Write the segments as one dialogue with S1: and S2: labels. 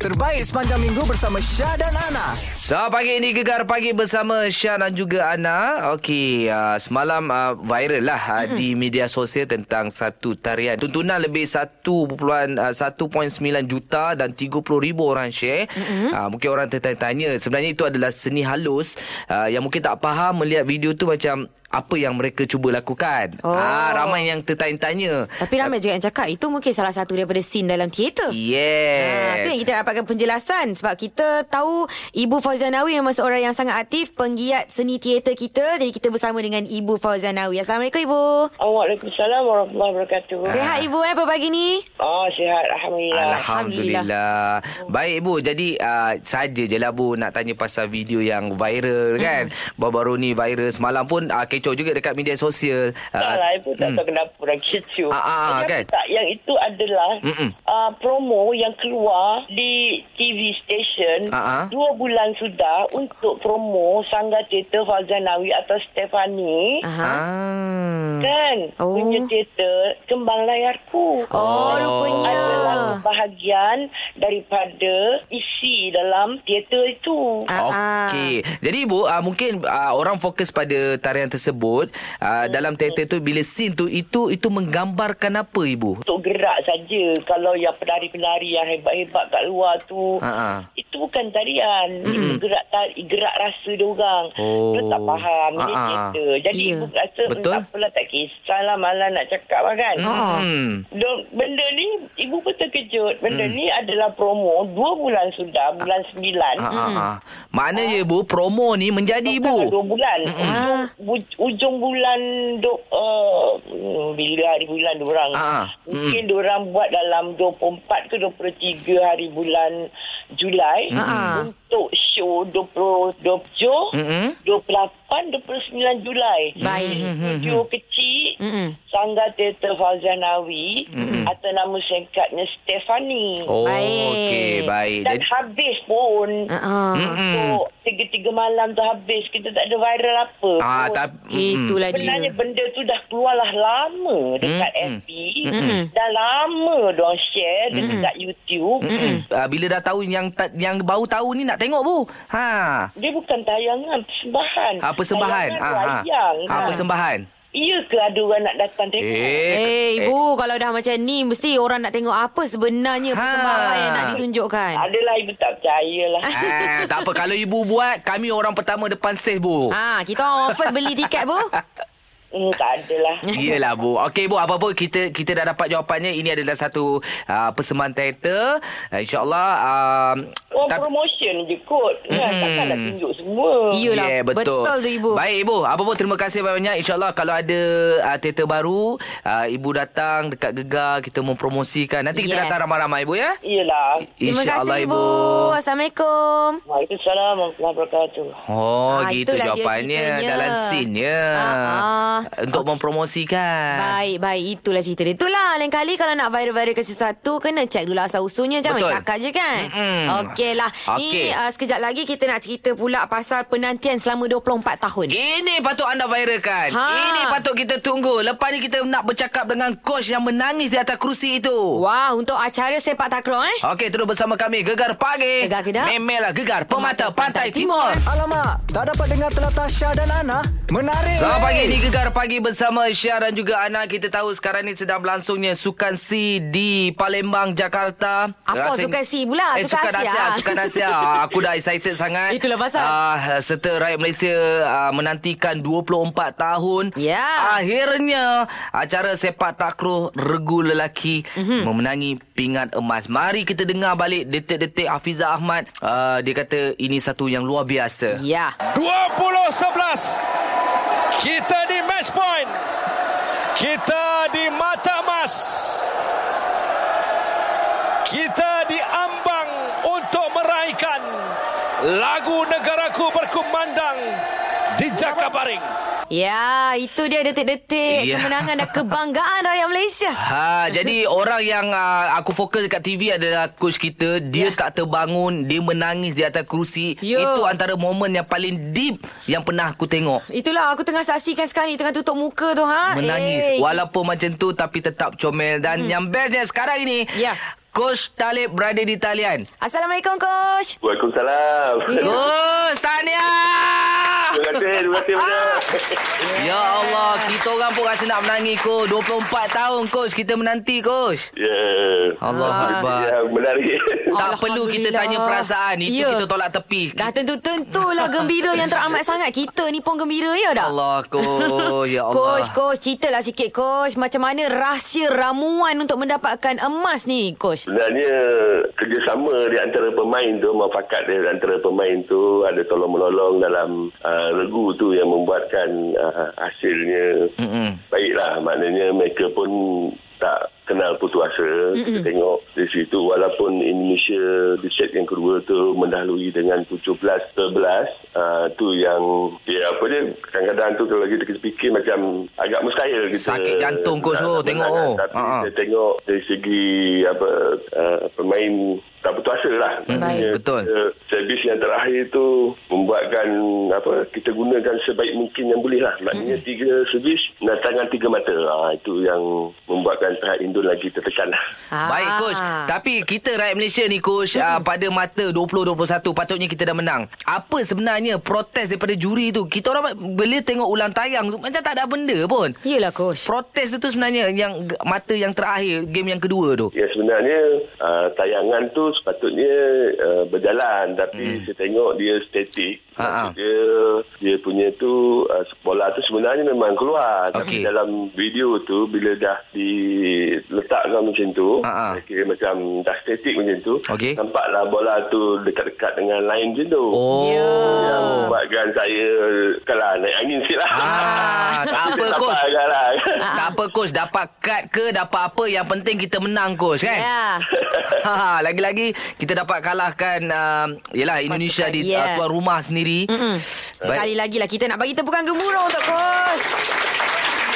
S1: terbaik sepanjang minggu bersama Syah dan Ana.
S2: So, pagi ini gegar pagi bersama Syah dan juga Ana. Okey, uh, semalam uh, viral lah uh, mm-hmm. di media sosial tentang satu tarian. Tuntunan lebih ah, 1.1.9 juta dan 30 ribu orang share. Mm-hmm. Uh, mungkin orang tertanya-tanya. Sebenarnya itu adalah seni halus uh, yang mungkin tak faham melihat video tu macam apa yang mereka cuba lakukan.
S3: Oh.
S2: Ah, ramai yang tertanya-tanya.
S3: Tapi ramai juga yang cakap itu mungkin salah satu daripada scene dalam teater. Ah,
S2: Yes.
S3: tu yang kita dapatkan penjelasan sebab kita tahu Ibu Fauzanawi memang seorang yang sangat aktif penggiat seni teater kita. Jadi kita bersama dengan Ibu Fauzanawi. Assalamualaikum Ibu.
S4: Waalaikumsalam warahmatullahi wabarakatuh.
S2: Ah.
S3: Sihat Ibu eh pada pagi ni?
S4: Oh, sihat. Alhamdulillah.
S2: Alhamdulillah. Baik Bu, jadi uh, saja je lah Bu nak tanya pasal video yang
S4: Hmm.
S2: viral kan. Baru-baru ni viral semalam pun uh, kecoh juga dekat media sosial. Uh,
S4: Tak lah, ibu tak tahu kenapa orang kecoh.
S2: Hmm. Ah, ah, ah,
S4: Tapi
S2: kan?
S4: Tak, yang itu adalah
S2: Mm-mm.
S4: uh, promo yang keluar di TV station
S2: Ah, ah.
S4: dua bulan sudah untuk promo Sangga Teater Fauzanawi atau Stefani.
S3: Aha.
S2: Ah.
S4: Kan?
S3: Oh.
S4: Punya teater Kembang Layarku.
S3: Oh,
S4: Adalah
S3: rupanya.
S2: ya.
S4: bahagian daripada isi dalam teater itu.
S3: Ah, ah.
S2: Okey. Jadi Ibu, uh, mungkin uh, orang fokus pada tarian tersebut.
S4: Hmm.
S2: Uh, dalam teater tu bila scene tu itu itu menggambarkan apa Ibu?
S4: untuk gerak saja. Kalau yang penari-penari yang hebat-hebat kat luar tu,
S2: Ha, ha.
S4: itu bukan tarian. Itu gerak ta- gerak rasa dia orang.
S2: Oh.
S4: Dia tak faham. Ini
S2: Ha, ha.
S4: cerita. Jadi
S3: Ya.
S4: ibu rasa "Hmm,
S2: Betul.
S4: tak apalah tak kisahlah malah nak cakap lah kan.
S3: Oh.
S2: Hmm.
S4: Dok, benda ni ibu pun terkejut. Benda ni adalah promo dua bulan sudah, bulan sembilan.
S2: Ha,
S3: Hmm.
S2: ha, ha. Maknanya Ibu, promo ni menjadi Ibu.
S4: Bukan Dua bulan. Ujung,
S2: Ah.
S4: bu- ujung bulan dok uh, hmm, bila hari bulan diorang.
S2: Ah, ah.
S4: Mungkin diorang buat dalam 24 ke 23 hari bulan Julai
S3: Ah, ah.
S4: untuk show 20 27
S2: Mm-mm.
S4: 28 29 Julai.
S3: Baik.
S4: Studio kecil
S3: Mm-mm.
S4: Sangga Teater Fauzanawi atau nama singkatnya Stefani.
S2: Oh,
S3: Baik.
S2: okey, baik.
S4: Dan
S2: Jadi
S4: habis pun
S3: Ah, ah.
S2: Hmm.
S4: So, tiga-tiga malam tu habis. Kita tak ada viral apa.
S2: Ah, hmm.
S4: pun.
S2: tapi
S3: Itulah
S4: Sebenarnya
S3: dia.
S4: benda tu dah keluarlah lama dekat
S2: Mm-mm.
S4: FB. Dah lama diorang share dekat YouTube.
S2: Uh, bila dah tahu yang ta- yang baru tahu ni nak tengok bu. Ha.
S4: Dia bukan tayangan, persembahan.
S2: Apa sembahan?
S4: Tayangan
S2: Ah, ha.
S4: wayang.
S2: Apa sembahan?
S4: Iya ke ada orang nak datang tengok?
S3: Eh, Ibu, kalau dah macam ni mesti orang nak tengok apa
S2: Ha.
S3: sebenarnya persembahan yang nak ditunjukkan.
S4: Adalah ibu tak percayalah.
S2: Ah, tak apa kalau ibu buat kami orang pertama depan stage bu.
S3: Ah, kita orang first beli tiket bu.
S4: Hmm, tak adalah.
S2: Iyalah bu. Okey bu apa-apa kita kita dah dapat jawapannya ini adalah satu uh, persembahan teater. Uh, InsyaAllah um,
S4: Orang
S2: tap-
S4: promotion je kot. Kan? Takkan nak tunjuk semua.
S3: Iyalah,
S2: Yeah, betul.
S3: betul tu, Ibu.
S2: Baik ibu, apa pun terima kasih banyak-banyak. InsyaAllah kalau ada uh, teater baru, uh, ibu datang dekat Gegar, kita mempromosikan. Nanti kita
S3: Yeah.
S2: datang ramai-ramai ibu ya.
S4: Iyalah.
S3: Terima
S2: InsyaAllah,
S3: kasih Ibu. Assalamualaikum.
S4: Waalaikumsalam warahmatullahi wabarakatuh.
S2: Oh,
S3: Ah,
S2: gitu
S3: itulah dia
S2: jawapannya
S3: ceritanya.
S2: dalam scene-nya.
S3: Ah, ah.
S2: Untuk mempromosikan.
S3: Baik, baik. Itulah cerita dia. Itulah lain kali kalau nak viral-viral ke sesuatu, kena cek dulu asal-usulnya. Jangan
S2: Betul.
S3: Betul. cakap je kan?
S2: Mm-mm.
S3: Okey lah.
S2: Okey.
S3: Ni uh, sekejap lagi kita nak cerita pula pasal penantian selama 24 tahun.
S2: Ini patut anda viralkan.
S3: Ha.
S2: Ini patut kita tunggu. Lepas ni kita nak bercakap dengan coach yang menangis di atas kerusi itu.
S3: Wah, untuk acara sepak takraw eh.
S2: Okey, terus bersama kami Gegar Pagi.
S3: Gegar Kedah.
S2: Memelah Gegar Pemata Pantai, Timur.
S1: Alamak, tak dapat dengar telatah Syah dan Ana? Menarik.
S2: Selamat pagi ini Gegar Pagi bersama Syah dan juga Ana Kita tahu sekarang ni sedang berlangsungnya Sukan C di Palembang, Jakarta
S3: Apa Sukan C pula?
S2: Eh,
S3: Sukan
S2: Sukan Asia,
S3: Asia.
S2: Sukan Asia Ah, Aku dah excited sangat
S3: Itulah pasal.
S2: Ah, Serta rakyat Malaysia ah, menantikan 24 tahun
S3: Ya.
S2: Akhirnya acara sepak takraw regu lelaki
S3: Mhm.
S2: mm-hmm. Memenangi pingat emas Mari kita dengar balik detik-detik Hafiza Ahmad Ah, Dia kata ini satu yang luar biasa
S3: Ya.
S5: 2011 Kita di match point Kita di mata emas Kita di ambang untuk meraihkan Lagu negaraku berkumandang di Jakabaring
S3: Ya, itu dia detik-detik
S2: Ya.
S3: kemenangan dan kebanggaan rakyat Malaysia.
S2: Ha, jadi orang yang uh, aku fokus dekat TV adalah coach kita. Dia yeah. tak terbangun, dia menangis di atas kerusi.
S3: Ya. Yo.
S2: Itu antara momen yang paling deep yang pernah aku tengok.
S3: Itulah aku tengah saksikan sekarang ni tengah tutup muka tu ha.
S2: Menangis
S3: Eh. Hmm.
S2: walaupun macam tu tapi tetap comel dan yang bestnya sekarang ini
S3: Ya.
S2: Coach Talib berada di talian.
S3: Assalamualaikum coach.
S6: Waalaikumsalam.
S3: Ya.
S2: Oh. Coach Tania!
S6: Terima kasih, terima kasih banyak.
S2: Ya Allah, kita orang pun rasa nak menangi coach. 24 tahun coach, kita menanti coach.
S6: Ya.
S2: Allah Akbar.
S6: Ya, menarik.
S2: Tak perlu kita
S3: Alhamdulillah.
S2: tanya perasaan. Itu
S3: Ya.
S2: kita tolak tepi.
S3: Dah tentu-tentulah gembira yang teramat sangat. Kita ni pun gembira ya tak?
S2: Allah coach. Ya Allah.
S3: Coach, coach, ceritalah sikit coach. Macam mana rahsia ramuan untuk mendapatkan emas ni coach?
S6: Sebenarnya kerjasama di antara pemain tu, muafakat di antara pemain tu ada tolong menolong dalam uh, regu tu yang membuatkan uh, hasilnya Mm-mm. baiklah. Maknanya mereka pun tak kenal putus asa. Kita tengok di situ walaupun Indonesia di set yang kedua tu mendahului dengan 17 11 uh, tu yang ya apa dia kadang-kadang tu kalau kita fikir macam agak mustahil kita
S2: Sakit jantung, Coach.
S6: nak-
S2: Oh,
S6: nak
S2: tengok,
S6: menang.
S2: oh.
S6: Tapi
S2: Ha-ha.
S6: kita tengok dari segi apa uh, pemain tak putus asa lah. Maksudnya,
S2: betul.
S6: Uh, servis yang terakhir tu membuatkan apa kita gunakan sebaik mungkin yang boleh lah. Maknanya hmm. tiga servis dan tangan tiga mata. Ha, itu yang membuatkan tahap Indon lagi tertekan lah.
S2: Baik
S3: Ah.
S2: coach. Tapi kita rakyat Malaysia ni coach uh, pada mata 2021 patutnya kita dah menang. Apa sebenarnya protes daripada juri tu? Kita orang bila tengok ulang tayang tu macam tak ada benda pun.
S3: Yelah coach.
S2: Protes tu, tu sebenarnya yang g- mata yang terakhir game yang kedua tu.
S6: Ya sebenarnya uh, tayangan tu sepatutnya uh, berjalan tapi saya tengok dia statik.
S2: Hmm. Ha, ha.
S6: Dia dia punya tu uh, bola tu sebenarnya memang keluar tapi
S2: Okey.
S6: dalam video tu bila dah diletakkan macam tu
S2: Ha, ha.
S6: kira macam dah statik macam tu
S2: Okey.
S6: nampaklah bola tu dekat-dekat dengan line macam tu.
S2: Oh.
S6: Yang membuatkan saya kalah naik angin sikit lah.
S2: Ah, tak
S6: Tapi
S2: apa, Ha,
S6: dapat
S2: coach.
S6: agak lah.
S3: Ya.
S2: Tak apa coach dapat kad ke dapat apa yang penting kita menang coach kan.
S3: Ya.
S2: Ha, lagi-lagi kita dapat kalahkan uh, yalah Indonesia di
S3: yeah.
S2: yeah. uh, tuan rumah sendiri.
S3: ya. Mm-mm. Sekali lagi lah kita nak bagi tepukan gemuruh untuk coach.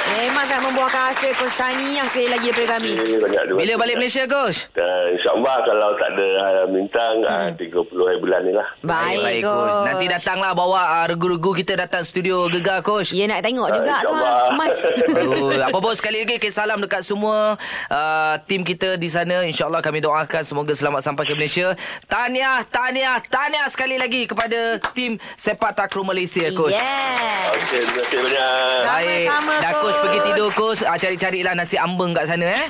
S3: Memang sangat membuahkan hasil coach Tani yang sekali lagi daripada kami.
S6: Eh, banyak terima
S2: Bila
S6: kasih.
S2: balik Malaysia coach?
S6: Uh, InsyaAllah kalau tak ada uh, bintang hmm. uh, 30 hari bulan ni lah
S3: Baik, Baik coach.
S2: Nanti datanglah bawa uh, regu-regu kita datang studio Gegar coach.
S3: Ya nak tengok juga tu
S6: InsyaAllah.
S3: ah, emas.
S2: Oh, apa pun sekali lagi okay, salam dekat semua uh, tim kita di sana. InsyaAllah kami doakan semoga selamat sampai ke Malaysia. Tahniah, tahniah, tahniah sekali lagi kepada tim sepak takraw Malaysia coach.
S3: Yeah.
S6: Okey terima kasih banyak
S2: Baik.
S3: Ya, Sama-sama,
S2: Dah coach
S3: Coach.
S2: pergi tidur coach. Ah, cari-carilah nasi ambeng kat sana eh.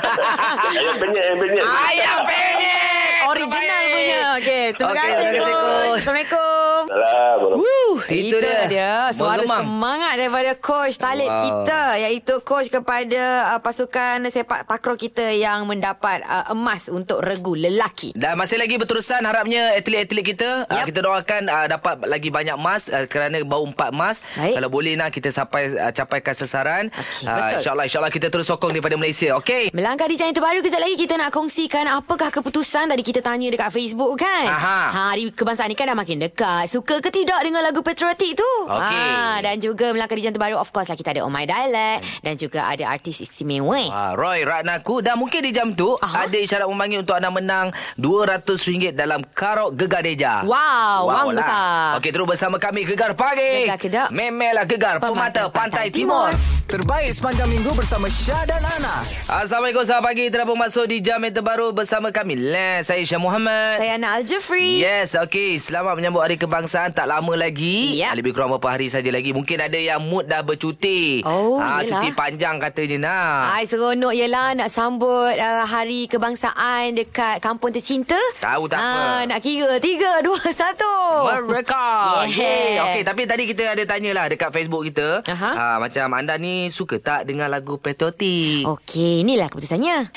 S6: Ayam penyet Ayam penyet
S2: Ayam penyet.
S3: Original
S2: Terbaik.
S3: punya. Okey, terima
S2: Okey, terima
S3: kasih
S2: kasih,
S3: coach.
S2: coach.
S3: Assalamualaikum.
S6: Salam
S2: Wuh, itu dia.
S3: dia. Suara
S2: Menggemang.
S3: semangat daripada coach Talib wow.
S2: Wow.
S3: kita iaitu coach kepada uh, pasukan sepak takraw kita yang mendapat uh, emas untuk regu lelaki.
S2: Dan masih lagi berterusan harapnya atlet-atlet kita yep. uh,
S3: Yap.
S2: kita doakan uh, dapat lagi banyak emas uh, kerana baru empat emas.
S3: Baik.
S2: Kalau boleh nah kita sampai uh, capaikan sasaran.
S3: Okey, betul.
S2: uh, insyaallah insyaallah kita terus sokong daripada Malaysia. Okey.
S3: Melangkah di Jalan Terbaru kejap lagi kita nak kongsikan apakah keputusan tadi kita tanya dekat Facebook kan.
S2: Aha.
S3: Hari kebangsaan ni kan dah makin dekat. Suka ke tidak dengan lagu patriotik tu? Ha,
S2: Okey.
S3: dan juga Melangkah di Jalan Terbaru of course lah kita ada Oh My Dialect dan juga ada artis istimewa.
S2: Ah, Roy Ratnaku dan mungkin di jam tu Aha.
S3: Aha.
S2: ada isyarat memanggil untuk anda menang RM200 dalam Karok Gegar Deja.
S3: Wow, wang
S2: lah.
S3: besar.
S2: Okey, terus bersama kami Gegar Pagi.
S3: Gegar Kedap.
S2: Memelah Gegar Pemata, Pantai, Timur. Timur.
S1: Terbaik sepanjang minggu bersama Syah dan Ana.
S2: Assalamualaikum, selamat pagi. Telah pun masuk di jam yang terbaru bersama kami. Lah, saya Syah Muhammad.
S3: Saya Ana Al-Jafri.
S2: Yes, okey. Selamat menyambut Hari Kebangsaan. Tak lama lagi.
S3: Yap.
S2: Lebih kurang beberapa hari saja lagi. Mungkin ada yang mood dah bercuti.
S3: Oh,
S2: Ah,
S3: yelah.
S2: cuti panjang katanya nak.
S3: Hai, seronok yelah nak sambut uh, hari kebangsaan dekat kampung tercinta.
S2: Tahu tak
S3: Ah,
S2: apa.
S3: Nak kira. Tiga, dua, satu.
S2: Mereka
S3: Yeah.
S2: yeah. Okey Tapi tadi kita ada tanyalah Dekat Facebook kita
S3: Aha.
S2: ah, Macam anda ni Suka tak dengar lagu patriotik
S3: Okey, inilah keputusannya.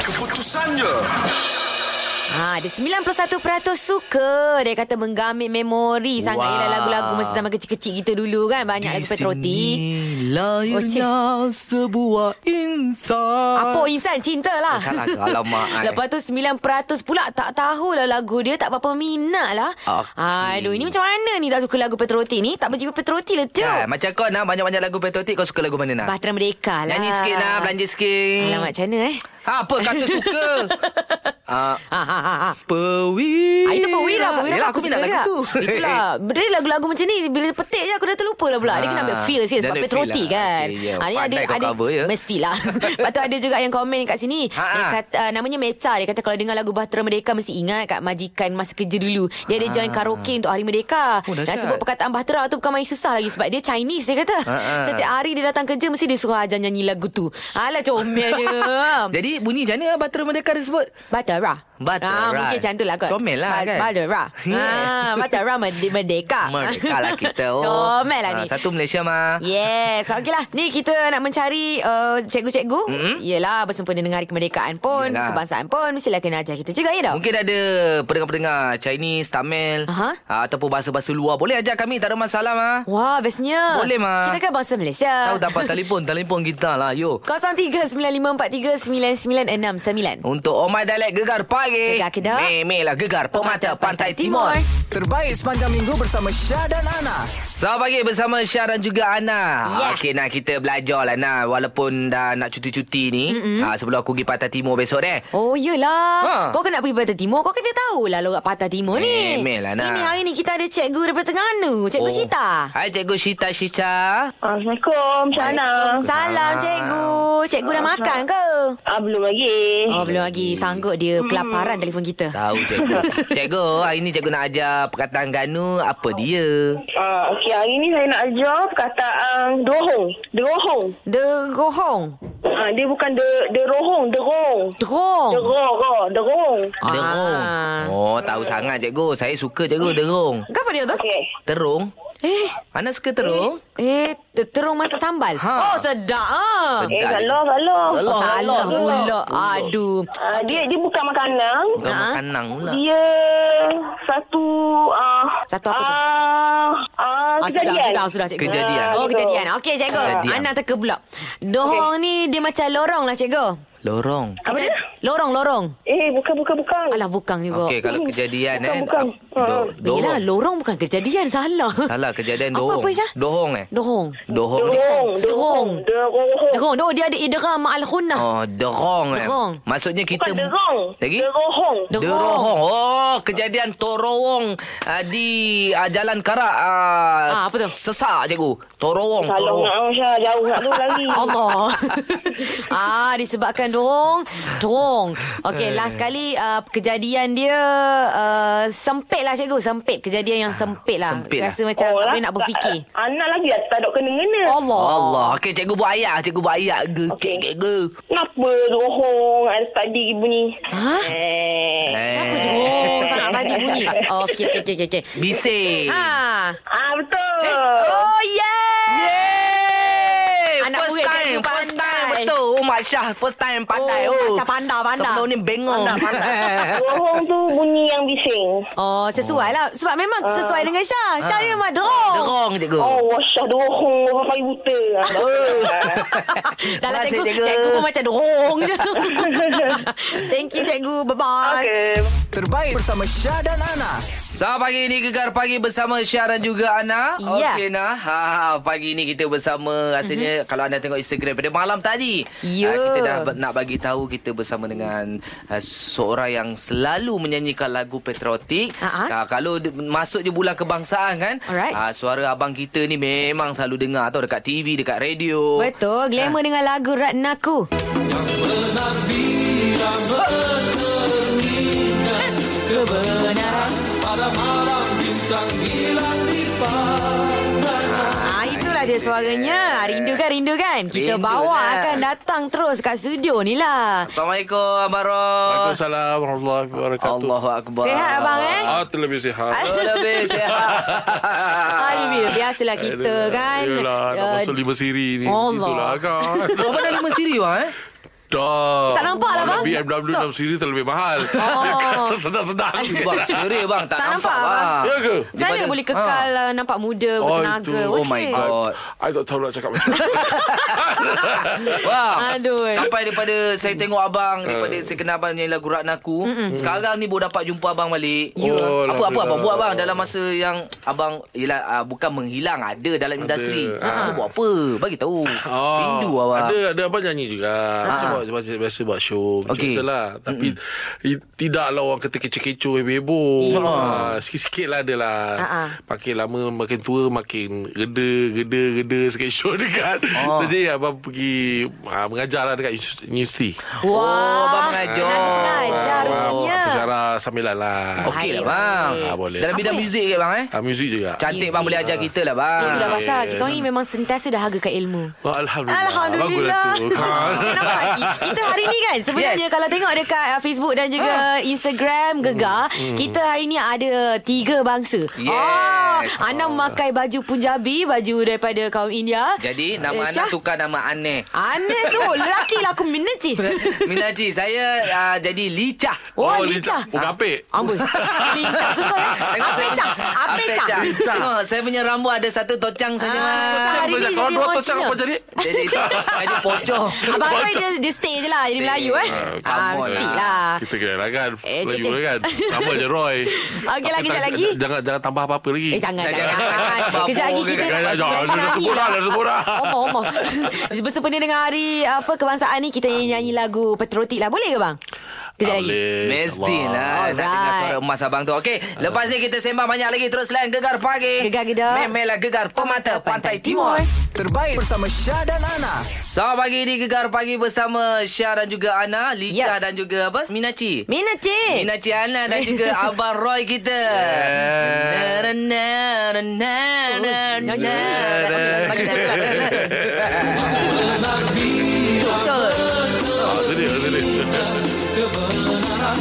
S1: Keputusannya.
S3: Ha, ada 91% suka. Dia kata menggamit memori wow. sangat
S2: Wow.
S3: ialah lagu-lagu masa zaman kecil-kecil kita dulu kan. Banyak lagu patriotik.
S2: lahirnya oh, sebuah insan
S3: Apa insan cinta lah
S2: Salah ke? Ah. Alamak, ai.
S3: Lepas tu 9% pula Tak tahulah lagu dia Tak berapa minat lah
S2: Okey.
S3: Aduh Ini macam mana ni Tak suka lagu patriotik ni Tak berjiwa patriotik lah tu
S2: Kan, macam kau nak banyak-banyak lagu patriotik kau suka lagu mana nak?
S3: Bahtera Merdeka lah
S2: Nyanyi sikit nak, belanja sikit.
S3: Alamak macam mana eh
S2: Ha, apa kata suka? Ah,
S3: Ha, ha, ha, ha.
S2: Pewira.
S3: Ah, itu Pewira Pewira
S2: Yelah,
S3: aku,
S2: minat
S3: suka
S2: lagu
S3: juga.
S2: tu.
S3: Itulah Dia lagu-lagu macam ni Bila petik je Aku dah terlupa lah pula Dia kena ambil
S2: Ah,
S3: feel sikit
S2: dia
S3: Sebab
S2: ambil
S3: Petroti
S2: feel lah.
S3: kan
S2: Okey, ya.
S3: Ah, ni
S2: Pandai kau cover, ya.
S3: Mestilah Lepas tu ada juga yang komen kat sini
S2: Ha,
S3: dia
S2: ha.
S3: kata, ah, Namanya Mecha Dia kata kalau dengar lagu Bahtera Merdeka Mesti ingat kat majikan Masa kerja dulu Dia ada join karaoke Untuk Hari
S2: Ah.
S3: Merdeka
S2: Oh,
S3: Dan
S2: dahsyat.
S3: sebut perkataan Bahtera tu Bukan main susah lagi Sebab dia Chinese dia kata
S2: Ha, ha.
S3: Setiap hari dia datang kerja Mesti dia suruh ajar nyanyi lagu tu Alah comelnya
S2: Jadi bunyi macam mana Batera Merdeka dia sebut?
S3: Batera.
S2: Batera.
S3: Ah, mungkin macam tu lah kot.
S2: Comel lah kan?
S3: Batera. Ah,
S2: Yeah.
S3: Batera merde- merdeka.
S2: Merdeka lah kita. Oh.
S3: Comel
S2: Ah,
S3: lah Ah. ni. Ya.
S2: Satu Malaysia mah.
S3: Yes, okey lah. Ni kita nak mencari uh, cikgu-cikgu. Mm-hmm. Yelah, bersempena dengan hari kemerdekaan pun,
S2: Yelah.
S3: Yelah. kebangsaan pun. Mestilah kena ajar kita juga, ya tak?
S2: Mungkin ada pendengar-pendengar Chinese, Tamil
S3: Aha.
S2: ah, Ataupun bahasa-bahasa luar Boleh ajar kami Tak ada masalah mah
S3: Wah, bestnya.
S2: Boleh, Ma.
S3: Kita kan bangsa Malaysia.
S2: Tahu tak apa Telefon Telefon kita lah Yo
S3: 0395439969.
S2: Untuk Omai Dialek Gegar Pagi
S3: Gegar Kedah.
S2: Memelah Gegar Pemata Pantai Timur
S1: Terbaik sepanjang minggu bersama Syah dan Ana.
S2: Selamat pagi bersama Syah dan juga Ana.
S3: Ya.
S2: Okey, nah kita belajar lah nah walaupun dah nak cuti-cuti ni. Ha, sebelum aku pergi Pantai Timur besok deh.
S3: Oh yelah
S2: Ha.
S3: Kau kena pergi Pantai Timur Kau kena tahu lah Lorak Pantai Timur ni
S2: Memel lah, Nak.
S3: Ini hari ni kita ada cikgu daripada Terengganu Cikgu oh. Sita
S2: Hai Cikgu Sita Sita.
S4: Ah, Assalamualaikum, Syana.
S3: Salam cikgu. Cikgu dah makan ke?
S4: Ah, belum lagi.
S3: Oh belum lagi sanggup dia kelaparan telefon kita.
S2: Tahu cikgu. cikgu, hari ni cikgu nak ajar perkataan Ganu apa dia?
S4: Ah, okey, hari ni saya nak ajar perkataan derohong. Derohong.
S3: Derohong.
S4: Ah, dia bukan de derohong, derong.
S3: Derong.
S4: Derong, derong.
S3: Ah.
S2: Derung. Oh, tahu sangat cikgu. Saya suka cikgu derung.
S3: Kenapa dia tu?
S4: Okey.
S2: Terung?
S3: Eh,
S2: Ana suka terung?
S3: eh ter- terung masak sambal.
S2: Ha.
S3: Oh sedap ah.
S2: Sedap.
S4: Eh, galah, galah.
S2: Galah.
S3: Oh,
S2: Allah,
S3: salah
S2: Allah.
S3: pula.
S2: Allah.
S3: Aduh.
S4: Ah, dia dia bukan makanan.
S2: Bukan
S3: Ha?
S2: makanan pula.
S4: Dia satu ah
S3: Satu apa tu?
S4: Ah, ah,
S3: Ah, sudah,
S4: kejadian.
S3: sudah, sudah, cikgu.
S2: Kejadian.
S3: Oh, kejadian. Okey, cikgu.
S2: Kejadian.
S3: Ana teka pula. Dohong ni dia macam lorong lah, cikgu.
S2: Lorong.
S4: Apa dia?
S3: Lorong, lorong.
S4: Eh, bukan bukan bukan.
S3: Oh. Alah, bukang juga.
S2: Okey, kalau kejadian
S4: Bukan,
S2: eh.
S4: bukan.
S2: ah, do-
S4: Ha.
S2: dorong.
S3: Yelah, lorong bukan kejadian. Salah.
S2: Salah kejadian
S3: Apa,
S2: dohong.
S3: apa, Syah?
S2: Dohong eh?
S3: Dohong.
S2: Dohong. ni-
S4: Derong, derong, derong.
S3: Derong. Oh, dia ada idram al khunnah.
S2: Oh, derong eh.
S3: Derong.
S2: Maksudnya kita
S4: Bukan derong.
S2: Lagi?
S4: Derohong.
S3: Derong.
S2: Derong. Oh, kejadian Torowong uh, di uh, Jalan Kara. Uh,
S3: Ah, apa tu?
S2: Sesak cikgu. Torowong,
S4: Kalau
S2: Torowong.
S4: nak Aisyah jauh nak tu lari.
S3: Eh, Allah. ah disebabkan dorong, dorong.
S2: Eh.
S3: Okey, last kali uh, kejadian dia uh, sempit lah cikgu, sempit kejadian yang sempit
S2: Ah,
S3: lah.
S2: sempit
S3: Rasa
S2: lah.
S3: macam tak
S4: lah,
S3: boleh nak berfikir.
S4: tak- Anak lagi dah tak ada kena-kena.
S3: Allah.
S2: Allah. Okey, cikgu buat ayat. Cikgu buat ayat. Ge, okay.
S4: Okey.
S2: cikgu.
S4: Kenapa rohong ada tadi bunyi?
S3: Ha?
S4: Eh.
S3: Kenapa
S2: Eh,
S3: dorong sangat tadi bunyi? Okey, okey, okey, okey. okey.
S2: bising.
S3: Ha.
S4: Ah betul.
S3: Oh, yeah.
S2: Yeay!
S3: Anak
S2: first
S3: murid
S2: time,
S3: cikgu
S2: first time
S3: pandai.
S2: betul. Oh, Mak Syah first time pandai.
S3: Oh,
S2: Oh,
S3: Mak Syah pandai, pandai.
S2: Sebelum ni bengong.
S3: Eh,
S4: Rohong tu bunyi yang bising.
S3: Oh, sesuai lah. Sebab memang
S2: Ah.
S3: sesuai dengan Syah. Syah ni memang dorong.
S2: Derong cikgu.
S4: Oh, wasyah rohong orang pakai buta.
S3: Dalam
S2: Terima kasih,
S3: lah, cikgu,
S2: cikgu.
S3: cikgu, cikgu pun macam dorong je. Thank you, cikgu. Bye-bye.
S4: Okey.
S1: Terbaik bersama Syah dan Ana.
S2: Selamat pagi ini Gegar Pagi bersama Syah dan juga Ana.
S3: Ya. Mhm.
S2: Okey Nah, ha, ha, pagi ini kita bersama rasanya mm-hmm. kalau anda tengok Instagram pada malam tadi. ah,
S3: Ya.
S2: kita dah b- nak bagi tahu kita bersama dengan uh, seorang yang selalu menyanyikan lagu patriotik.
S3: Ha-ha.
S2: Ah, kalau di- masuk je bulan kebangsaan kan.
S3: Alright.
S2: ah, suara abang kita ni memang selalu dengar tau dekat TV, dekat radio.
S3: Betul,
S2: Ah.
S3: glamour dengan lagu Ratnaku. Ah, itulah dia suaranya. Rindu kan, rindu kan? Kita
S2: Rindu
S3: bawa
S2: lah.
S3: akan datang terus kat studio ni lah.
S2: Assalamualaikum Abang Ros.
S7: Waalaikumsalam warahmatullahi wabarakatuh.
S2: Allahu akbar.
S3: Sehat abang eh?
S7: Ah, terlebih sihat.
S2: Oh, lebih
S3: Ah,
S2: sehat.
S3: ni bi- biasalah kita kan.
S7: Eh, Yelah, nak
S3: uh,
S7: masuk lima siri ni.
S3: Allah.
S7: Itulah kan.
S2: Abang dah lima siri bang eh?
S7: Dah.
S3: Tak nampak lah,
S7: Malah
S3: bang.
S7: BMW 6 siri terlebih mahal.
S3: Oh.
S7: Sedang-sedang.
S2: Bang, serius bang. Tak,
S3: Tak
S2: nampak,
S3: nampak,
S2: bang.
S7: Ya ke?
S3: Macam mana
S2: Daripada-
S3: boleh kekal ah. nampak muda, bertenaga?
S7: itu.
S2: Oh, my
S3: cik.
S2: God.
S7: I tak tahu nak cakap macam mana.
S2: Ha, Bang.
S3: Aduh. eh.
S2: Sampai daripada saya tengok abang,
S7: Eh.
S2: daripada saya kenal abang nyanyi lagu Ratnaku, sekarang ni baru dapat jumpa abang balik.
S7: Ya. Oh,
S2: apa apa
S7: Alhamdulillah.
S2: abang buat bang dalam masa yang abang ialah uh, bukan menghilang ada
S3: Ha.
S2: dalam industri.
S7: Ah. Oh,
S2: Abang buat apa? Bagi tahu. Oh. Rindu abang.
S7: Ada ada abang nyanyi juga. Cuma buat macam biasa buat show macam
S2: Okey.
S7: okay. lah. Tapi i, tidaklah orang kata kecoh-kecoh heboh-heboh. Ha, sikit-sikit lah dia lah.
S3: Ha-ha.
S7: Makin lama makin tua makin reda reda reda sikit show dekat. Oh. Jadi abang pergi ha, mengajar lah dekat uni- universiti.
S3: Wah,
S2: Oh, abang mengajar.
S3: Tenaga pengajar rupanya.
S7: Apa syarah sambilan lah.
S2: Okey lah
S3: Baik,
S2: bang.
S7: baik. Ah, boleh.
S2: Dalam bidang
S3: Apa?
S2: muzik ke bang eh?
S7: Ha, muzik juga.
S2: Cantik bang
S3: Muzik.
S2: boleh ajar kita lah bang.
S3: Itulah pasal kita orang ni memang sentiasa dah harga kat ilmu.
S7: Oh, Alhamdulillah.
S3: Alhamdulillah.
S7: Baguslah tu. Ah.
S3: Nampak tak? Kita hari ni kan sebenarnya
S2: Yes.
S3: yes. kalau tengok dekat uh, Facebook dan juga Instagram gegar, kita hari ni ada tiga bangsa.
S2: Yes.
S3: Ah, Ana memakai baju Punjabi, baju daripada kaum India.
S2: Jadi nama
S3: Eh,
S2: anak
S3: Syah,
S2: tukar nama aneh.
S3: Ana tu lelaki lah aku minat je.
S2: Minaji, saya uh, jadi licah.
S3: Oh, lincah.
S7: lincah. Oh, kapek.
S3: Amboi. Lincah semua. eh.
S2: Tengok saya
S3: Apecah.
S2: punya-
S3: Apecah.
S2: Apecah. Tengok, saya punya rambut ada satu tocang saja.
S3: Ah,
S2: Mas.
S3: tocang
S7: Macam
S3: Hari
S7: saja.
S3: ni
S7: Kalau
S3: dia
S7: dua
S3: orang
S7: tocang
S3: Cina.
S7: apa jadi?
S2: Jadi itu jadi pocong.
S3: Abang Roy dia, dia stay je lah Jadi Melayu eh
S2: Ah,
S3: ah,
S2: come on
S3: Mestilah
S7: Kita kena lah kan
S3: Eh,
S7: Melayu
S3: cik,
S7: lah
S3: cik.
S7: kan Sama je Roy
S3: Okey lah,
S7: Tapi
S3: kejap
S7: tak-
S3: lagi.
S7: Jangan jangan tambah apa-apa lagi
S3: Eh jangan
S2: Dah,
S3: jangan,
S2: jangan.
S3: jangan.
S2: Bapak
S3: Kejap lagi
S2: orang
S3: kita
S7: kata,
S3: nak lah.
S7: jangan, jangan. Dah sebut dah, dah sebut dah.
S3: Allah Allah Bersempena dengan hari Apa kebangsaan ni Kita nyanyi lagu patriotik lah Boleh ke bang? Kejap
S7: Tak
S3: lagi
S7: boleh.
S2: Mestilah
S3: Alright.
S2: Nak lah. dengar suara emas abang tu Okey Lepas ni kita sembang banyak lagi Terus lain Gegar Pagi
S3: Gegar Gedak.
S2: Memelah Gegar Pemata Pantai, Timur,
S1: Terbaik bersama Syah dan Ana.
S2: Selamat pagi di Gegar Pagi Bersama Syah dan juga Ana Lika
S3: Yep.
S2: dan juga apa? Minaci
S3: Mina cik
S2: Minaci Ana dan juga Abang Roy kita Na, na, na, na, na, na,
S3: Nyanyi
S2: na.
S3: sendiri. Okey, bagi kita
S2: lah.
S3: pula, pula, pula. Betul.
S7: Ah, sedih, sedih.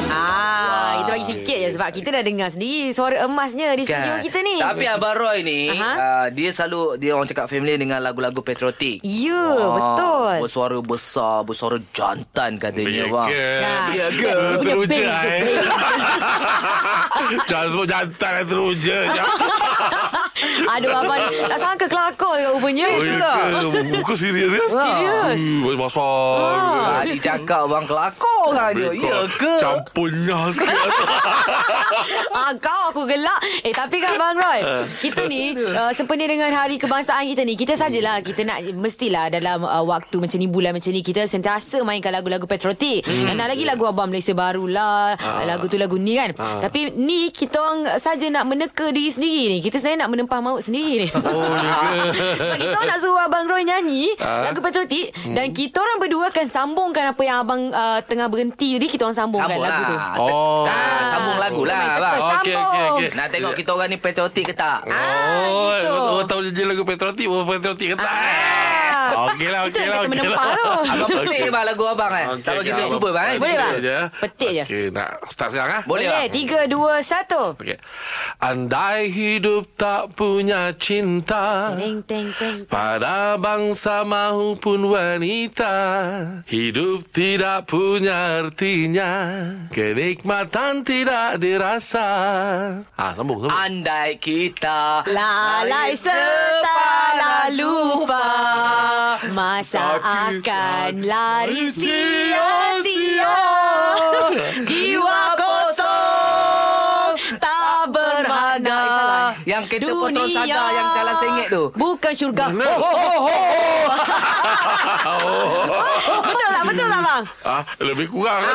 S3: Ah, Kita bagi sikit je Sebab kita dah dengar sendiri Suara emasnya
S7: Kan?
S3: Di studio kita ni
S2: Kan. Tapi Abang Roy ni
S3: Aha.
S2: uh, Dia selalu Dia orang cakap family Dengan lagu-lagu patriotik
S3: Ya
S2: Ah,
S3: betul
S2: Bersuara besar, bersuara jantan katanya bang.
S3: Ya
S7: ke? Teruja eh. Jangan sebut jantan yang teruja.
S3: Aduh abang Tak sangka kelakor juga rupanya
S7: Oh, ya ke? Muka serius kan?
S3: Serius.
S7: Uh, Masak.
S2: Ah, dia cakap bang kelakor kan dia. Ya ke?
S7: Campurnya sikit.
S3: ah, Kau aku gelak Eh tapi kan Bang Roy Kita ni uh, Sempena dengan hari kebangsaan kita ni Kita sajalah Kita nak Mestilah dalam uh, Waktu macam ni Bulan macam ni Kita sentiasa mainkan lagu-lagu patriotik hmm. Dan nak lagi lagu Abang Malaysia Baru lah ah. Lagu tu lagu ni kan ah. Tapi ni Kita orang saja nak meneka diri sendiri ni Kita sebenarnya nak menempah maut sendiri ni Oh Sebab kita orang nak suruh Abang Roy nyanyi ah. Lagu patriotik hmm. Dan kita orang berdua akan sambungkan Apa yang Abang uh, tengah berhenti tadi Kita orang sambungkan
S2: Sambung lah.
S3: lagu tu
S7: Oh.
S2: Ah, sambung lagu lah
S3: Main
S2: bang.
S3: teka,
S7: Okey,
S3: sambung. Ah.
S7: okey, okey.
S2: Nak tengok kita orang ni patriotik ke tak?
S7: Oh,
S3: gitu.
S7: orang tahu je lagu Oh, patriotik, orang patriotik ke tak?
S3: Ah.
S7: Okey lah,
S3: Itu
S7: okey
S3: yang kata
S7: lah. okey
S3: menempah
S7: lah.
S3: tu.
S2: Abang
S7: Okey.
S2: petik je bang lagu abang kan?
S7: Okey,
S2: Tak apa kita
S7: okey,
S2: cuba bang. eh?
S3: Boleh, bang?
S7: Petik je.
S3: Petik je.
S7: Okey, nak start sekarang ah.
S2: Boleh
S3: Boleh,
S2: bang?
S3: tiga, dua, satu.
S7: Okey. Andai hidup tak punya cinta
S3: Teng, teng, teng.
S7: pada bangsa maupun wanita Hidup tidak punya artinya Kenikmatan tidak dirasa Ah, sambung, sambung
S2: Andai kita
S3: Lalai serta lalu lupa Masa akan lari sia-sia Jiwa kosong Tak bermakna
S2: Eh, salah. Yang kereta potong
S3: Dunia
S2: sadar yang jalan sengit tu.
S3: Bukan syurga oh, oh, oh, oh. Betul tak? Betul tak bang?
S7: Ah, lebih kurang ah.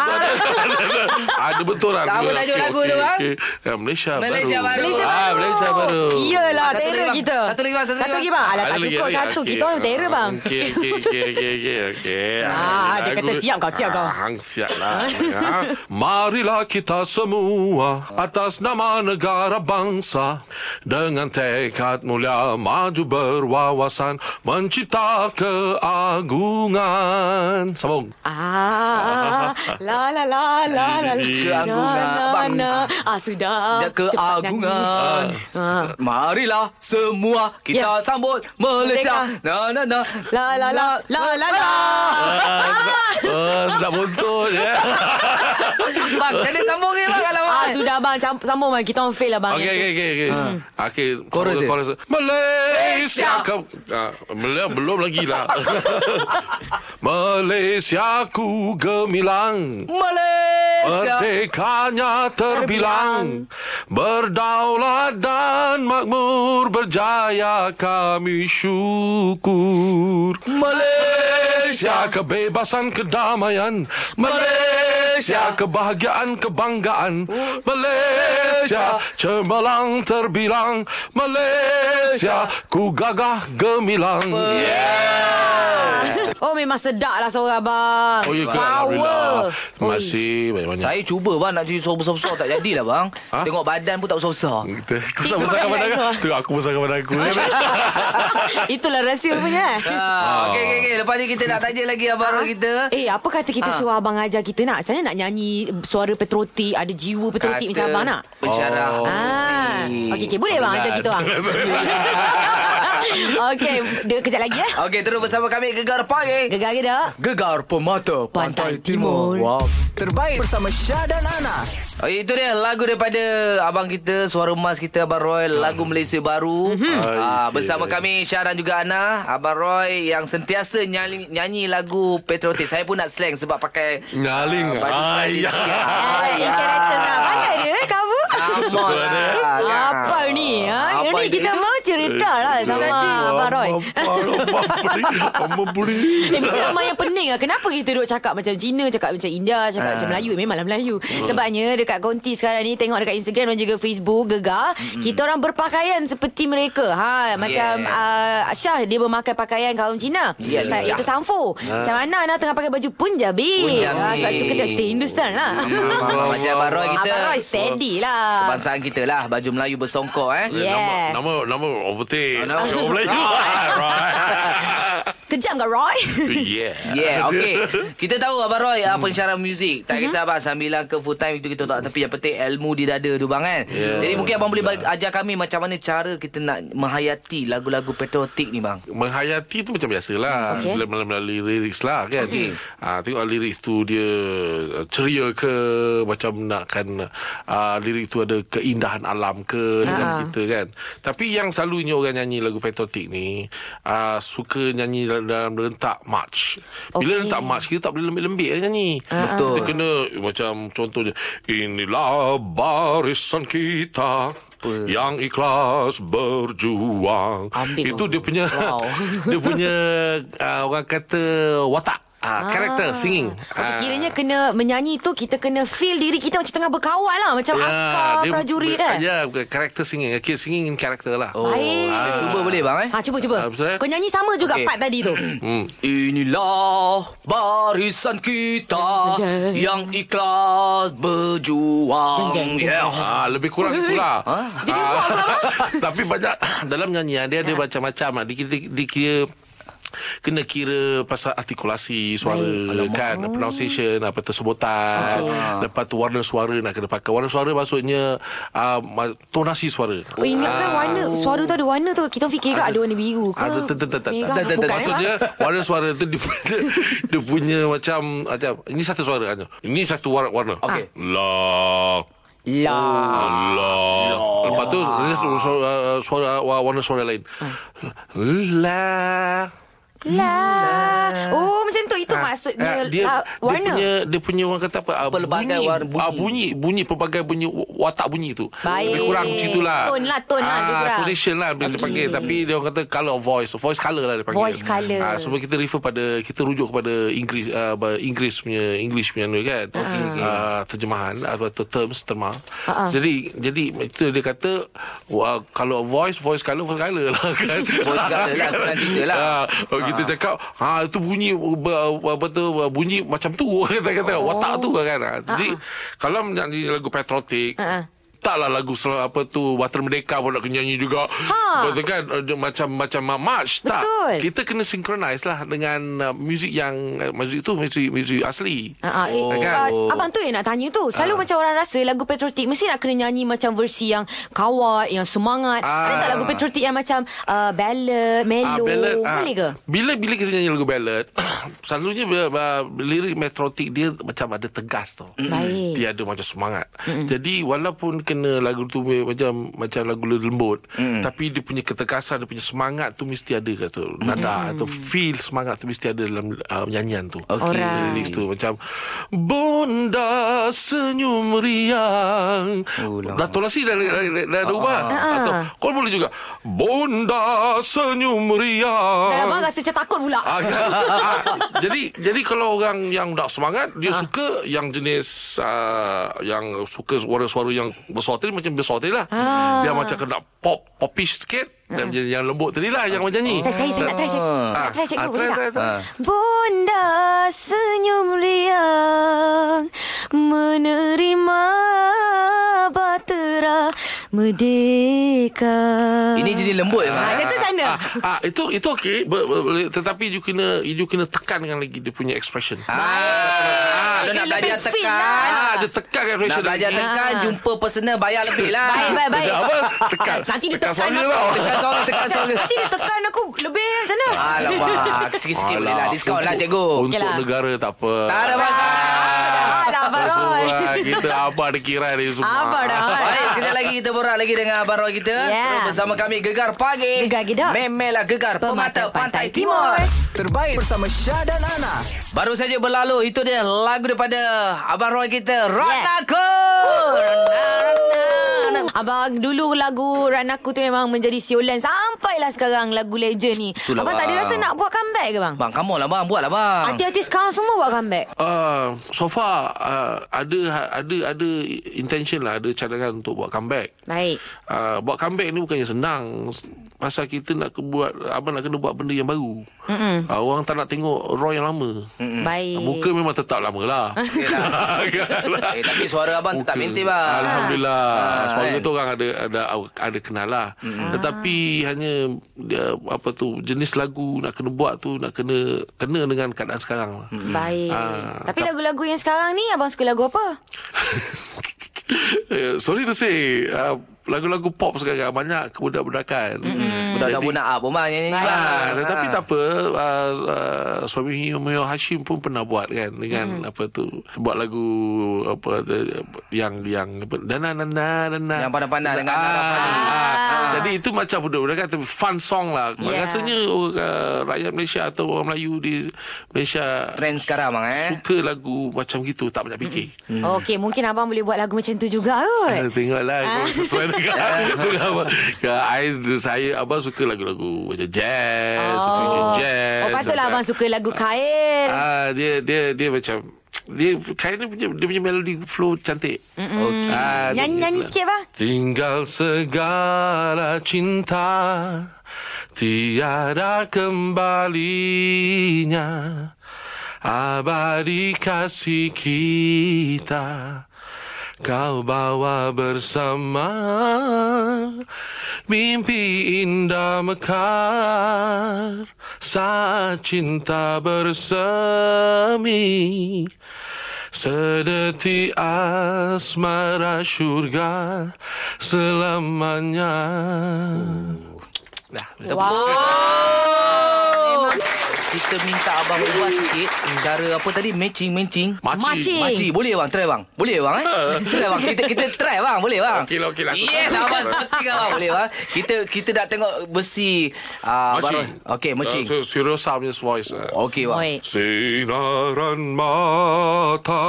S7: Ada betul lah
S2: Tak apa tajuk lagu tu, bang?
S7: Ya, Malaysia,
S2: Malaysia baru.
S7: Malaysia baru ah, Malaysia baru
S3: Iyalah
S2: Satu lagi,
S3: terror
S2: bang.
S3: kita
S2: Satu lagi, bang. Satu lagi,
S3: Satu lagi
S2: bang.
S3: bang Alah
S7: Ada
S3: tak
S7: lagi,
S3: cukup
S7: ada lagi. Ah,
S3: satu
S7: Okey.
S3: Kita orang terror bang
S7: Okey, okey, okey, okey, okey, okey.
S3: Ah, dia
S7: lagu-
S3: kata siap kau, siap kau.
S7: Ah, siap lah. Ya. Marilah kita semua atas nama negara bangsa dengan tekad mulia maju berwawasan mencipta keagungan. Sambung.
S3: Ah, la la la la la.
S2: Keagungan, bang.
S3: Ah sudah.
S2: Ja-
S3: Cepat
S2: keagungan.
S3: nyanyi. Ah.
S2: Marilah semua kita
S3: Ya.
S2: sambut Malaysia. Na na na.
S3: La la la la la la.
S7: Ah, sedap buntut ya.
S2: Bang, jadi lah sambung ni bang kalau
S3: Ah sudah bang Camp- sambung bang kita orang fail lah bang.
S7: Okey okey okey okey. Okey.
S2: Chorus dia.
S7: Ah, chorus. Malaysia.
S2: Malaysia.
S7: Kau, ah, belum belum lagi lah. Malaysia ku gemilang. Ah.
S2: Malaysia.
S7: Merdekanya terbilang Berdaulat dan makmur Berjaya kami syukur Malaysia Malaysia kebebasan kedamaian Malaysia kebahagiaan kebanggaan Malaysia cemerlang terbilang Malaysia ku gagah gemilang
S3: Oh memang sedap lah suara abang.
S7: Oh ya ke
S3: Power.
S7: Alhamdulillah Terima kasih banyak-banyak
S2: Saya cuba bang nak curi suara besar-besar tak jadilah bang.
S7: Ha? Hmm.
S2: Tengok badan pun tak besar-besar.
S7: Kau tak besarkan badan kan Tu aku besarkan badan aku
S3: Oi. Itulah rahsia punya. eh.
S2: Ah, okey okey okey. Lepas ni kita nak tanya lagi abang Rod kita.
S3: Eh apa kata kita suruh abang ajar kita nak Macam mana nak nyanyi Suara petrotik Ada jiwa petrotik macam abang nak
S2: Pencara.
S7: Oh.
S3: Ah, Okey okey boleh bang ajar kita bang Okey dia kejap lagi eh
S2: Okey terus bersama kami Gegar Pagi.
S3: Gegar ke tak
S1: Gegar Pemata
S3: Pantai Timur.
S1: Wow. Terbaik bersama Syah dan Ana.
S2: Oh, itu dia lagu daripada abang kita, suara emas kita Abang Roy, lagu Malaysia Baru. Mm-hmm.
S7: Ah,
S2: bersama
S7: isi.
S2: kami Syah dan juga Ana, Abang Roy yang sentiasa nyanyi, nyanyi lagu patriotik. Saya pun nak slang sebab pakai ah,
S7: Nyaling
S2: baju
S7: Ayah
S3: Ah, In character lah Pandai dia eh cover
S2: Sama lah.
S3: Apa ni ha?
S2: Apa
S3: Ini
S2: ni?
S3: kita mau cerita lah Sama Abang Roy
S7: Mama buli
S3: Eh, mesti ramai yang pening lah. Kenapa kita duk cakap macam Cina, cakap macam India, cakap
S7: Ah.
S3: macam Melayu. Eh, Memanglah Melayu. Sebabnya dekat konti sekarang ni, tengok dekat Instagram dan juga Facebook, gegar. Kita orang berpakaian seperti mereka. Ha, macam uh, Syah, dia memakai pakaian kaum Cina.
S2: Ya,
S3: Sa-
S2: ya.
S3: Itu Sanfo.
S7: Ah.
S3: Macam mana Ana tengah pakai baju Punjabi.
S2: Punjabi.
S3: Ha, sebab tu kita cerita Hindustan lah.
S2: Macam Abang Roy kita.
S3: Abang Roy steady lah.
S2: Bangsaan kita lah, baju Melayu bersongkok eh.
S3: Yeah.
S7: Nama Nama orang
S2: Oh,
S7: putih
S2: Nama-
S7: Nama orang Melayu
S3: Kejam kat Roy.
S7: Yeah
S2: Yeah, okay. Kita tahu Abang Roy hmm. pensyarah muzik.
S3: Mhm.
S2: Tak kisah abang sambilan ke full time itu kita tak tapi yang penting ilmu di dada tu bang kan.
S7: Yeah.
S2: Jadi mungkin abang boleh bagi, ajar kami macam mana cara kita nak menghayati lagu-lagu patriotik ni bang.
S7: Menghayati tu macam biasalah
S3: Okey.
S7: okay. Melalui lyrics lah kan
S2: Okey.
S7: ha, Tengok lirik tu dia uh, Ceria ke Macam nakkan uh, Lirik tu ada keindahan alam ke Dengan
S3: Ha.
S7: kita kan Tapi yang selalunya orang nyanyi lagu patriotik ni uh, Suka nyanyi dalam, dalam rentak march
S3: Okey.
S7: Bila rentak march Kita tak boleh lembik-lembik kan nyanyi
S3: Ah,
S2: Betul.
S7: Kita kena eh, macam contohnya Inilah barisan kita yang ikhlas berjuang
S3: Ambil
S7: itu
S3: tu.
S7: dia punya
S3: Wow.
S7: dia punya uh, orang kata watak uh, karakter singing
S3: Okay, Ah.
S7: Ah.
S3: kiranya kena menyanyi tu kita kena feel diri kita macam tengah berkawal lah macam
S7: Ya,
S3: askar
S7: dia
S3: prajurit
S7: ber-
S3: eh.
S7: Ya, karakter singing. Okay, singing in karakter lah. Oh.
S3: Baik.
S2: Saya cuba boleh bang eh.
S3: Ha cuba cuba.
S7: Ah, betul, eh? Hmm.
S3: Kau nyanyi sama juga
S2: Okey.
S3: okay. part tadi tu.
S2: Inilah barisan kita
S3: Jeng, jeng, jeng.
S2: yang ikhlas berjuang.
S3: Jeng, jeng, jeng,
S2: Yeah.
S3: jeng.
S7: Ah, lebih kurang itulah. Ha?
S3: Jadi buat apa, Ya.
S7: Tapi banyak dalam nyanyian dia ada macam-macam. Ah, Dia, dia, dia kira kena kira pasal artikulasi suara Baik. kan
S3: Oh.
S7: pronunciation apa tersebutan okay. lepas tu warna suara nak kena pakai warna suara maksudnya uh, tonasi suara
S3: Oh ingat
S7: Ah.
S3: kan warna suara tu ada warna tu kita fikir ke ada warna biru ke?
S7: Ada tak tak tak tak.
S3: Merah ke?
S7: tak, tak, tak.
S3: Bukan,
S7: Maksudnya
S3: eh,
S7: warna suara tu dia punya, dia punya macam macam ini satu suara hanya. Ini satu warna warna.
S2: Okey.
S7: La
S3: La.
S7: la. Lepas tu dia su- su- uh, suara wa- warna suara lain. La.
S3: La. Oh macam tu itu maksudnya
S7: Ah, dia,
S3: la,
S7: dia
S3: warna.
S7: punya dia punya orang kata apa? ah,
S2: Pelbagai
S7: bunyi,
S2: warna bunyi.
S7: ah, bunyi bunyi pelbagai bunyi watak bunyi tu.
S3: Baik.
S7: Lebih kurang gitulah.
S3: Tone lah, tone lah, lebih kurang.
S7: Tonation lah bila dia
S3: Okey.
S7: panggil tapi dia orang kata color of voice, voice color lah dia panggil.
S3: Voice colour.
S7: Ah, sebab kita refer pada kita rujuk kepada Inggeris ah, bah- Inggeris punya English punya ni kan. Ah, terjemahan atau terms terma.
S3: Ah,
S7: Jadi jadi itu dia kata wah, color of voice, voice color, voice color lah kan.
S2: Voice colour lah, senang cerita lah.
S7: Ah, oh, kita cakap ha itu bunyi ber- apa tu bunyi macam tu kata kata oh. watak tu kan.
S3: Ha,
S7: Ah, Jadi kalau menyanyi lagu patriotik
S3: Ha-ha.
S7: Taklah lagu sel- apa tu Water Merdeka pun nak kena nyanyi juga.
S3: Ha.
S7: Betul kan Eh, dia macam macam march tak.
S3: Betul.
S7: Kita kena synchronize lah dengan uh, muzik yang uh, muzik tu muzik muzik asli.
S3: Ah, ah, eh,
S7: Oh. Ah.
S3: ah, abang tu yang nak tanya tu Selalu macam orang rasa Lagu patriotik Mesti nak kena nyanyi Macam versi yang Kawat Yang semangat Ada
S7: Ah.
S3: tak lagu patriotik Yang macam uh, Ballad Melo
S7: ballad, ah.
S3: Boleh ke?
S7: Bila bila kita nyanyi lagu ballad, selalunya bila, uh, lirik metrotik dia macam ada tegas tau.
S3: Baik.
S7: Dia ada macam semangat. Mm-mm. Jadi walaupun kena mana lagu tu punya macam macam lagu lembut mm. tapi dia punya ketekasan dia punya semangat tu mesti ada kata nada atau feel semangat tu mesti ada dalam uh, nyanyian tu
S2: Okey.
S3: Alright.
S7: lirik tu macam bonda senyum riang dah tonasi dah dah, dah, dah, dah ubah
S3: Ah.
S7: atau kau boleh juga bonda senyum riang
S3: Dan abang rasa macam takut pula.
S7: Oh. Ah, ah, jadi jadi kalau orang yang tak semangat
S3: Ah.
S7: dia suka yang jenis ah, yang suka suara-suara yang bersuara macam bersuara lah.
S3: Ah.
S7: Dia macam kena pop popish sikit dan jadi yang lembut tadi lah yang macam ni.
S3: Saya, saya, saya nak try cikgu. Saya nak
S7: Ah,
S3: try cikgu.
S7: ah,
S3: Boleh
S7: try,
S3: tak?
S7: try, try.
S3: Bunda senyum riang menerima batera merdeka.
S2: Ini jadi lembut je,
S3: Ah,
S2: Mak.
S3: macam tu sana.
S7: Ah, ah, itu itu okey Ber- ber- boleh. tetapi you kena you kena tekankan lagi dia punya expression. Ah,
S2: Ah, dia
S3: Dia
S2: nak
S3: lebih
S2: belajar
S3: feel
S2: tekan.
S3: lah. Ah.
S7: dia tekankan
S2: Nak
S7: expression.
S2: belajar
S7: dia.
S2: tekan, jumpa personal bayar lebih lah.
S3: Baik, baik, baik. Ah,
S7: Apa? Tekan.
S3: Nanti dia
S7: Tekan
S3: tekan
S7: suara
S3: aku.
S7: tau.
S2: Tekan suara, tekan suara.
S3: Nanti dia tekan aku lebih macam mana?
S7: Ah.
S2: Alamak, sikit-sikit boleh lah.
S7: Alah,
S2: Diskaun lah,
S7: untuk-
S2: cikgu.
S7: Untuk
S3: Okeylah.
S7: negara tak apa.
S2: Tak ada masalah.
S3: Alah, Barol.
S7: Semua kita abah ada kira ni semua.
S3: Abah dah.
S2: Baik, kejap lagi kita borak lagi dengan abang Roy kita.
S3: Ya.
S2: Terus bersama kami Gegar Pagi.
S3: Gegar Gedak.
S2: Memelah Gegar Pemata, Pantai, Timur.
S1: Terbaik bersama Syah dan Ana.
S2: Baru saja berlalu, itu dia lagu daripada abang Roy kita, Rotaku.
S3: Abang dulu lagu Ranaku tu memang menjadi siulan Sampailah sekarang lagu legend ni
S2: Itulah,
S3: Abang tak ada
S2: bang.
S3: rasa nak buat comeback ke bang?
S2: Bang, kamu lah bang, buatlah
S7: Ah.
S2: bang.
S3: Artis-artis sekarang semua buat comeback
S7: Uh, so far uh, ada ada ada intention lah ada cadangan untuk buat comeback.
S3: Baik
S7: Uh, buat comeback ni bukannya senang pasal kita nak ke- buat abang nak kena buat benda yang baru. Uh, orang tak nak tengok Roy yang lama.
S3: Baik
S7: Muka memang tetap lama lah.
S2: Eh, tapi suara abang tetap maintain bang.
S7: Alhamdulillah.
S2: Ah,
S7: Ha, Suara
S2: kan?
S7: tu orang ada ada ada kenal lah. Hmm. Tetapi hanya dia, apa tu jenis lagu nak kena buat tu nak kena kena dengan keadaan sekarang lah.
S2: Mm.
S7: Hmm.
S3: Baik
S7: Ah,
S3: Tapi lagu-lagu yang sekarang ni Abang suka lagu apa?
S7: Eh, Sorry to say uh, lagu-lagu pop sekarang banyak kebudak-budakan. Hmm.
S2: Budak-budak up pun bang nyanyi bang.
S7: Ah, tetapi tak apa uh, uh, suami Humio Hashim pun pernah buat kan dengan
S2: Hmm.
S7: apa tu buat lagu apa uh, yang yang apa dana dana dana Ah,
S2: Yang pandai-pandai dengan Ah. Nara Fadli.
S7: Jadi itu macam budak-budak kata fun song lah.
S3: Ya.
S7: Yeah. Rasanya uh, rakyat Malaysia atau orang Melayu di Malaysia
S2: Trend sekarang bang eh.
S7: suka lagu macam gitu tak banyak fikir.
S3: Hmm. Okey mungkin abang boleh buat lagu macam tu juga
S7: Ah,
S3: kot
S7: Tengoklah ah. Sesuai dengan dengan abang. Dengan I- Saya Abang suka lagu-lagu Macam jazz oh. Fusion jazz
S3: Oh patutlah
S7: macam-
S3: abang suka lagu kail
S7: Ah dia dia dia macam dia kayaknya punya dia punya melody flow cantik. Okay. Ah, dia punya
S3: Nyanyi-nyanyi
S7: flow.
S3: sikit bang
S7: Tinggal segala cinta tiada kembalinya abadi kasih kita kau bawa bersama mimpi indah mekar saat cinta bersemi Sedeti asmara syurga selamanya. Nah,
S2: Kita minta abang ubah sikit cara apa tadi matching matching.
S3: Makcik.
S7: Eh.
S2: Makcik boleh bang try bang. Boleh bang eh? try bang. Kita kita try bang. Boleh bang.
S7: Okey lah, okey lah. Aku
S2: Yes
S7: try.
S2: abang seperti kan bang. Boleh bang. Kita kita nak tengok besi ah baru- Okey matching.
S7: Uh, si Rosa punya voice. Uh.
S2: Okey bang.
S3: Oi.
S7: Sinaran mata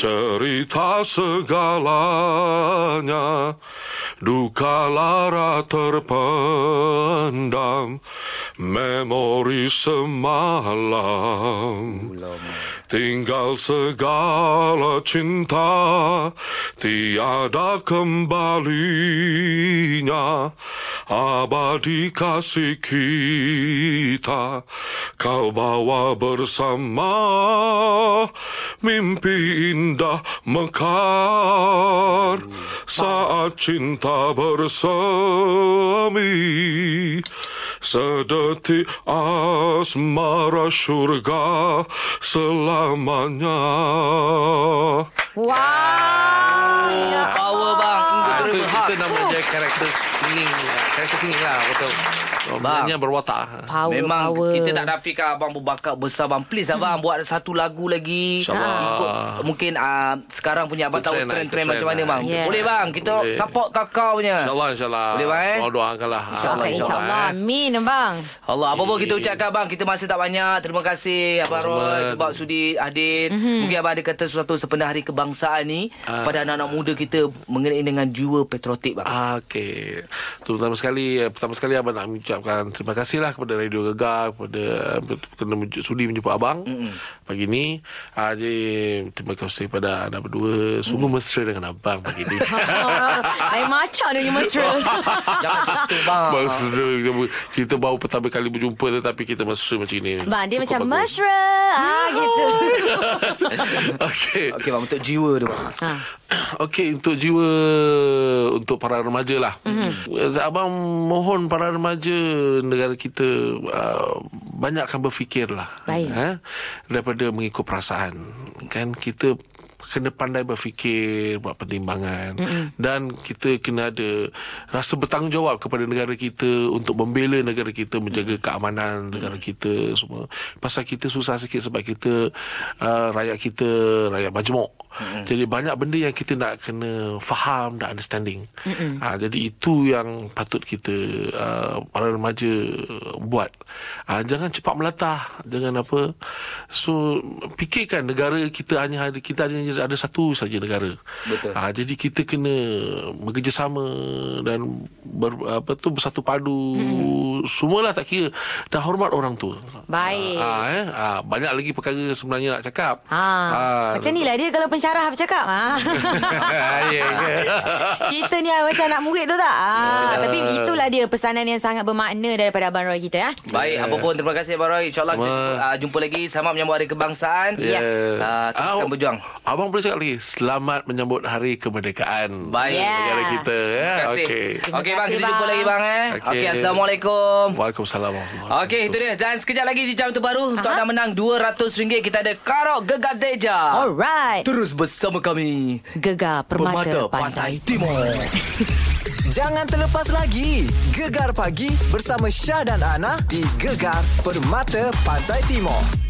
S7: cerita segalanya duka lara terpendam memori semalam tinggal segala cinta tiada kembalinya abadi kasih kita kau bawa bersama mimpi indah mekar saat cinta bersemi Sedeti asmara syurga selamanya.
S3: Wow
S2: Power bang.
S3: Ya.
S7: Ah, itu kita nama
S3: Oh,
S7: je
S2: karakter singing Karakter singing lah betul Bang
S7: Orangnya berwatak.
S3: Power,
S2: Memang
S3: power.
S2: kita tak nafikan abang berbakat besar bang. Please abang buat satu lagu lagi.
S7: Hmm. InsyaAllah.
S2: Ikut, mungkin uh, sekarang punya abang tahu
S7: Ikut trend lah,
S2: trend-trend
S7: ikut
S2: macam
S7: trend
S2: mana
S7: lah.
S2: bang.
S3: Yeah.
S2: Boleh bang, kita
S7: Boleh.
S2: support kakao punya.
S7: InsyaAllah, insyaAllah.
S2: Boleh, bang, eh?
S7: Orang doakanlah.
S3: InsyaAllah InsyaAllah
S7: eh.
S3: Amin abang
S2: Allah apa pun kita ucapkan abang Kita masih tak banyak Terima kasih Abang
S7: Sama-sama.
S2: Roy Sebab sudi hadir
S3: Mhm.
S2: mm-hmm. Mungkin abang ada kata Sesuatu sepenuh hari kebangsaan ni
S7: Ah.
S2: Pada anak-anak muda kita Mengenai dengan jiwa patriotik bang
S7: Ah, Okey. Terutama sekali eh, pertama sekali abang nak mengucapkan terima kasihlah kepada Radio Gegar kepada eh, kerana menju- sudi menjumpa abang mm pagi ni. Ah jadi terima kasih kepada anda berdua. Sungguh mesra dengan abang pagi ni.
S3: Air macam dia punya mesra
S2: Jangan jatuh bang
S7: Mesra kita- Kita baru pertama kali berjumpa Tetapi kita mesra macam ni
S3: Bang dia
S7: Cukup
S3: macam
S7: bagus.
S3: mesra ah, Gitu
S7: Okey
S2: Okey bang untuk jiwa tu bang
S3: ha.
S7: Okey untuk jiwa untuk para remaja lah. Mm-hmm. Abang mohon para remaja negara kita uh, banyakkan berfikirlah.
S3: Baik.
S7: Eh, daripada mengikut perasaan. Kan kita kena pandai berfikir, buat pertimbangan mm-hmm. dan kita kena ada rasa bertanggungjawab kepada negara kita untuk membela negara kita, menjaga keamanan negara kita semua. Pasal kita susah sikit sebab kita uh, rakyat kita rakyat majmuk. Mm-hmm. Jadi banyak benda yang kita nak kena faham dan understanding. Mm-hmm. Ha, jadi itu yang patut kita uh, para remaja buat. Ha, jangan cepat melatah, jangan apa. So fikirkan negara kita hanya ada kita hanya ada satu saja negara.
S2: Betul.
S7: Ha, jadi kita kena bekerjasama dan ber, apa tu bersatu padu. Mm-hmm. Semualah tak kira dan hormat orang tua.
S3: Baik.
S7: Ha, eh? ha, banyak lagi perkara sebenarnya nak cakap. Ah,
S3: Ha. Macam ni lah dia kalau pensyarah bercakap ha.
S7: ya ke?
S3: Kita ni macam nak murid tu tak ha. Tapi itulah dia pesanan yang sangat bermakna Daripada Abang Roy kita ya.
S2: Baik, apa pun terima kasih Abang Roy. InsyaAllah kita
S7: Sama.
S2: jumpa, uh, jumpa lagi sama menyambut Hari Kebangsaan.
S3: Ya.
S2: Uh, teruskan
S7: Abang-
S2: berjuang.
S7: Ah, Abang boleh cakap lagi Selamat menyambut hari kemerdekaan
S2: Baik.
S3: Ya.
S7: Negara kita ya.
S2: Terima kasih.
S7: Okey
S2: Okey okay,
S3: Terima
S2: bang,
S3: kasih,
S2: kita jumpa
S3: bang.
S2: lagi bang eh. Okey,
S7: Okey.
S2: okay, Assalamualaikum.
S7: Waalaikumsalam
S2: Okey, itu dia. Dan sekejap lagi di jam terbaru untuk anda menang RM200 kita ada Karok Gegadeja.
S3: Alright
S2: Terus bersama kami.
S3: Gegar Permata, Pantai,
S2: Timur.
S1: Jangan terlepas lagi. Gegar pagi bersama Syah dan Ana di Gegar Permata Pantai Timur.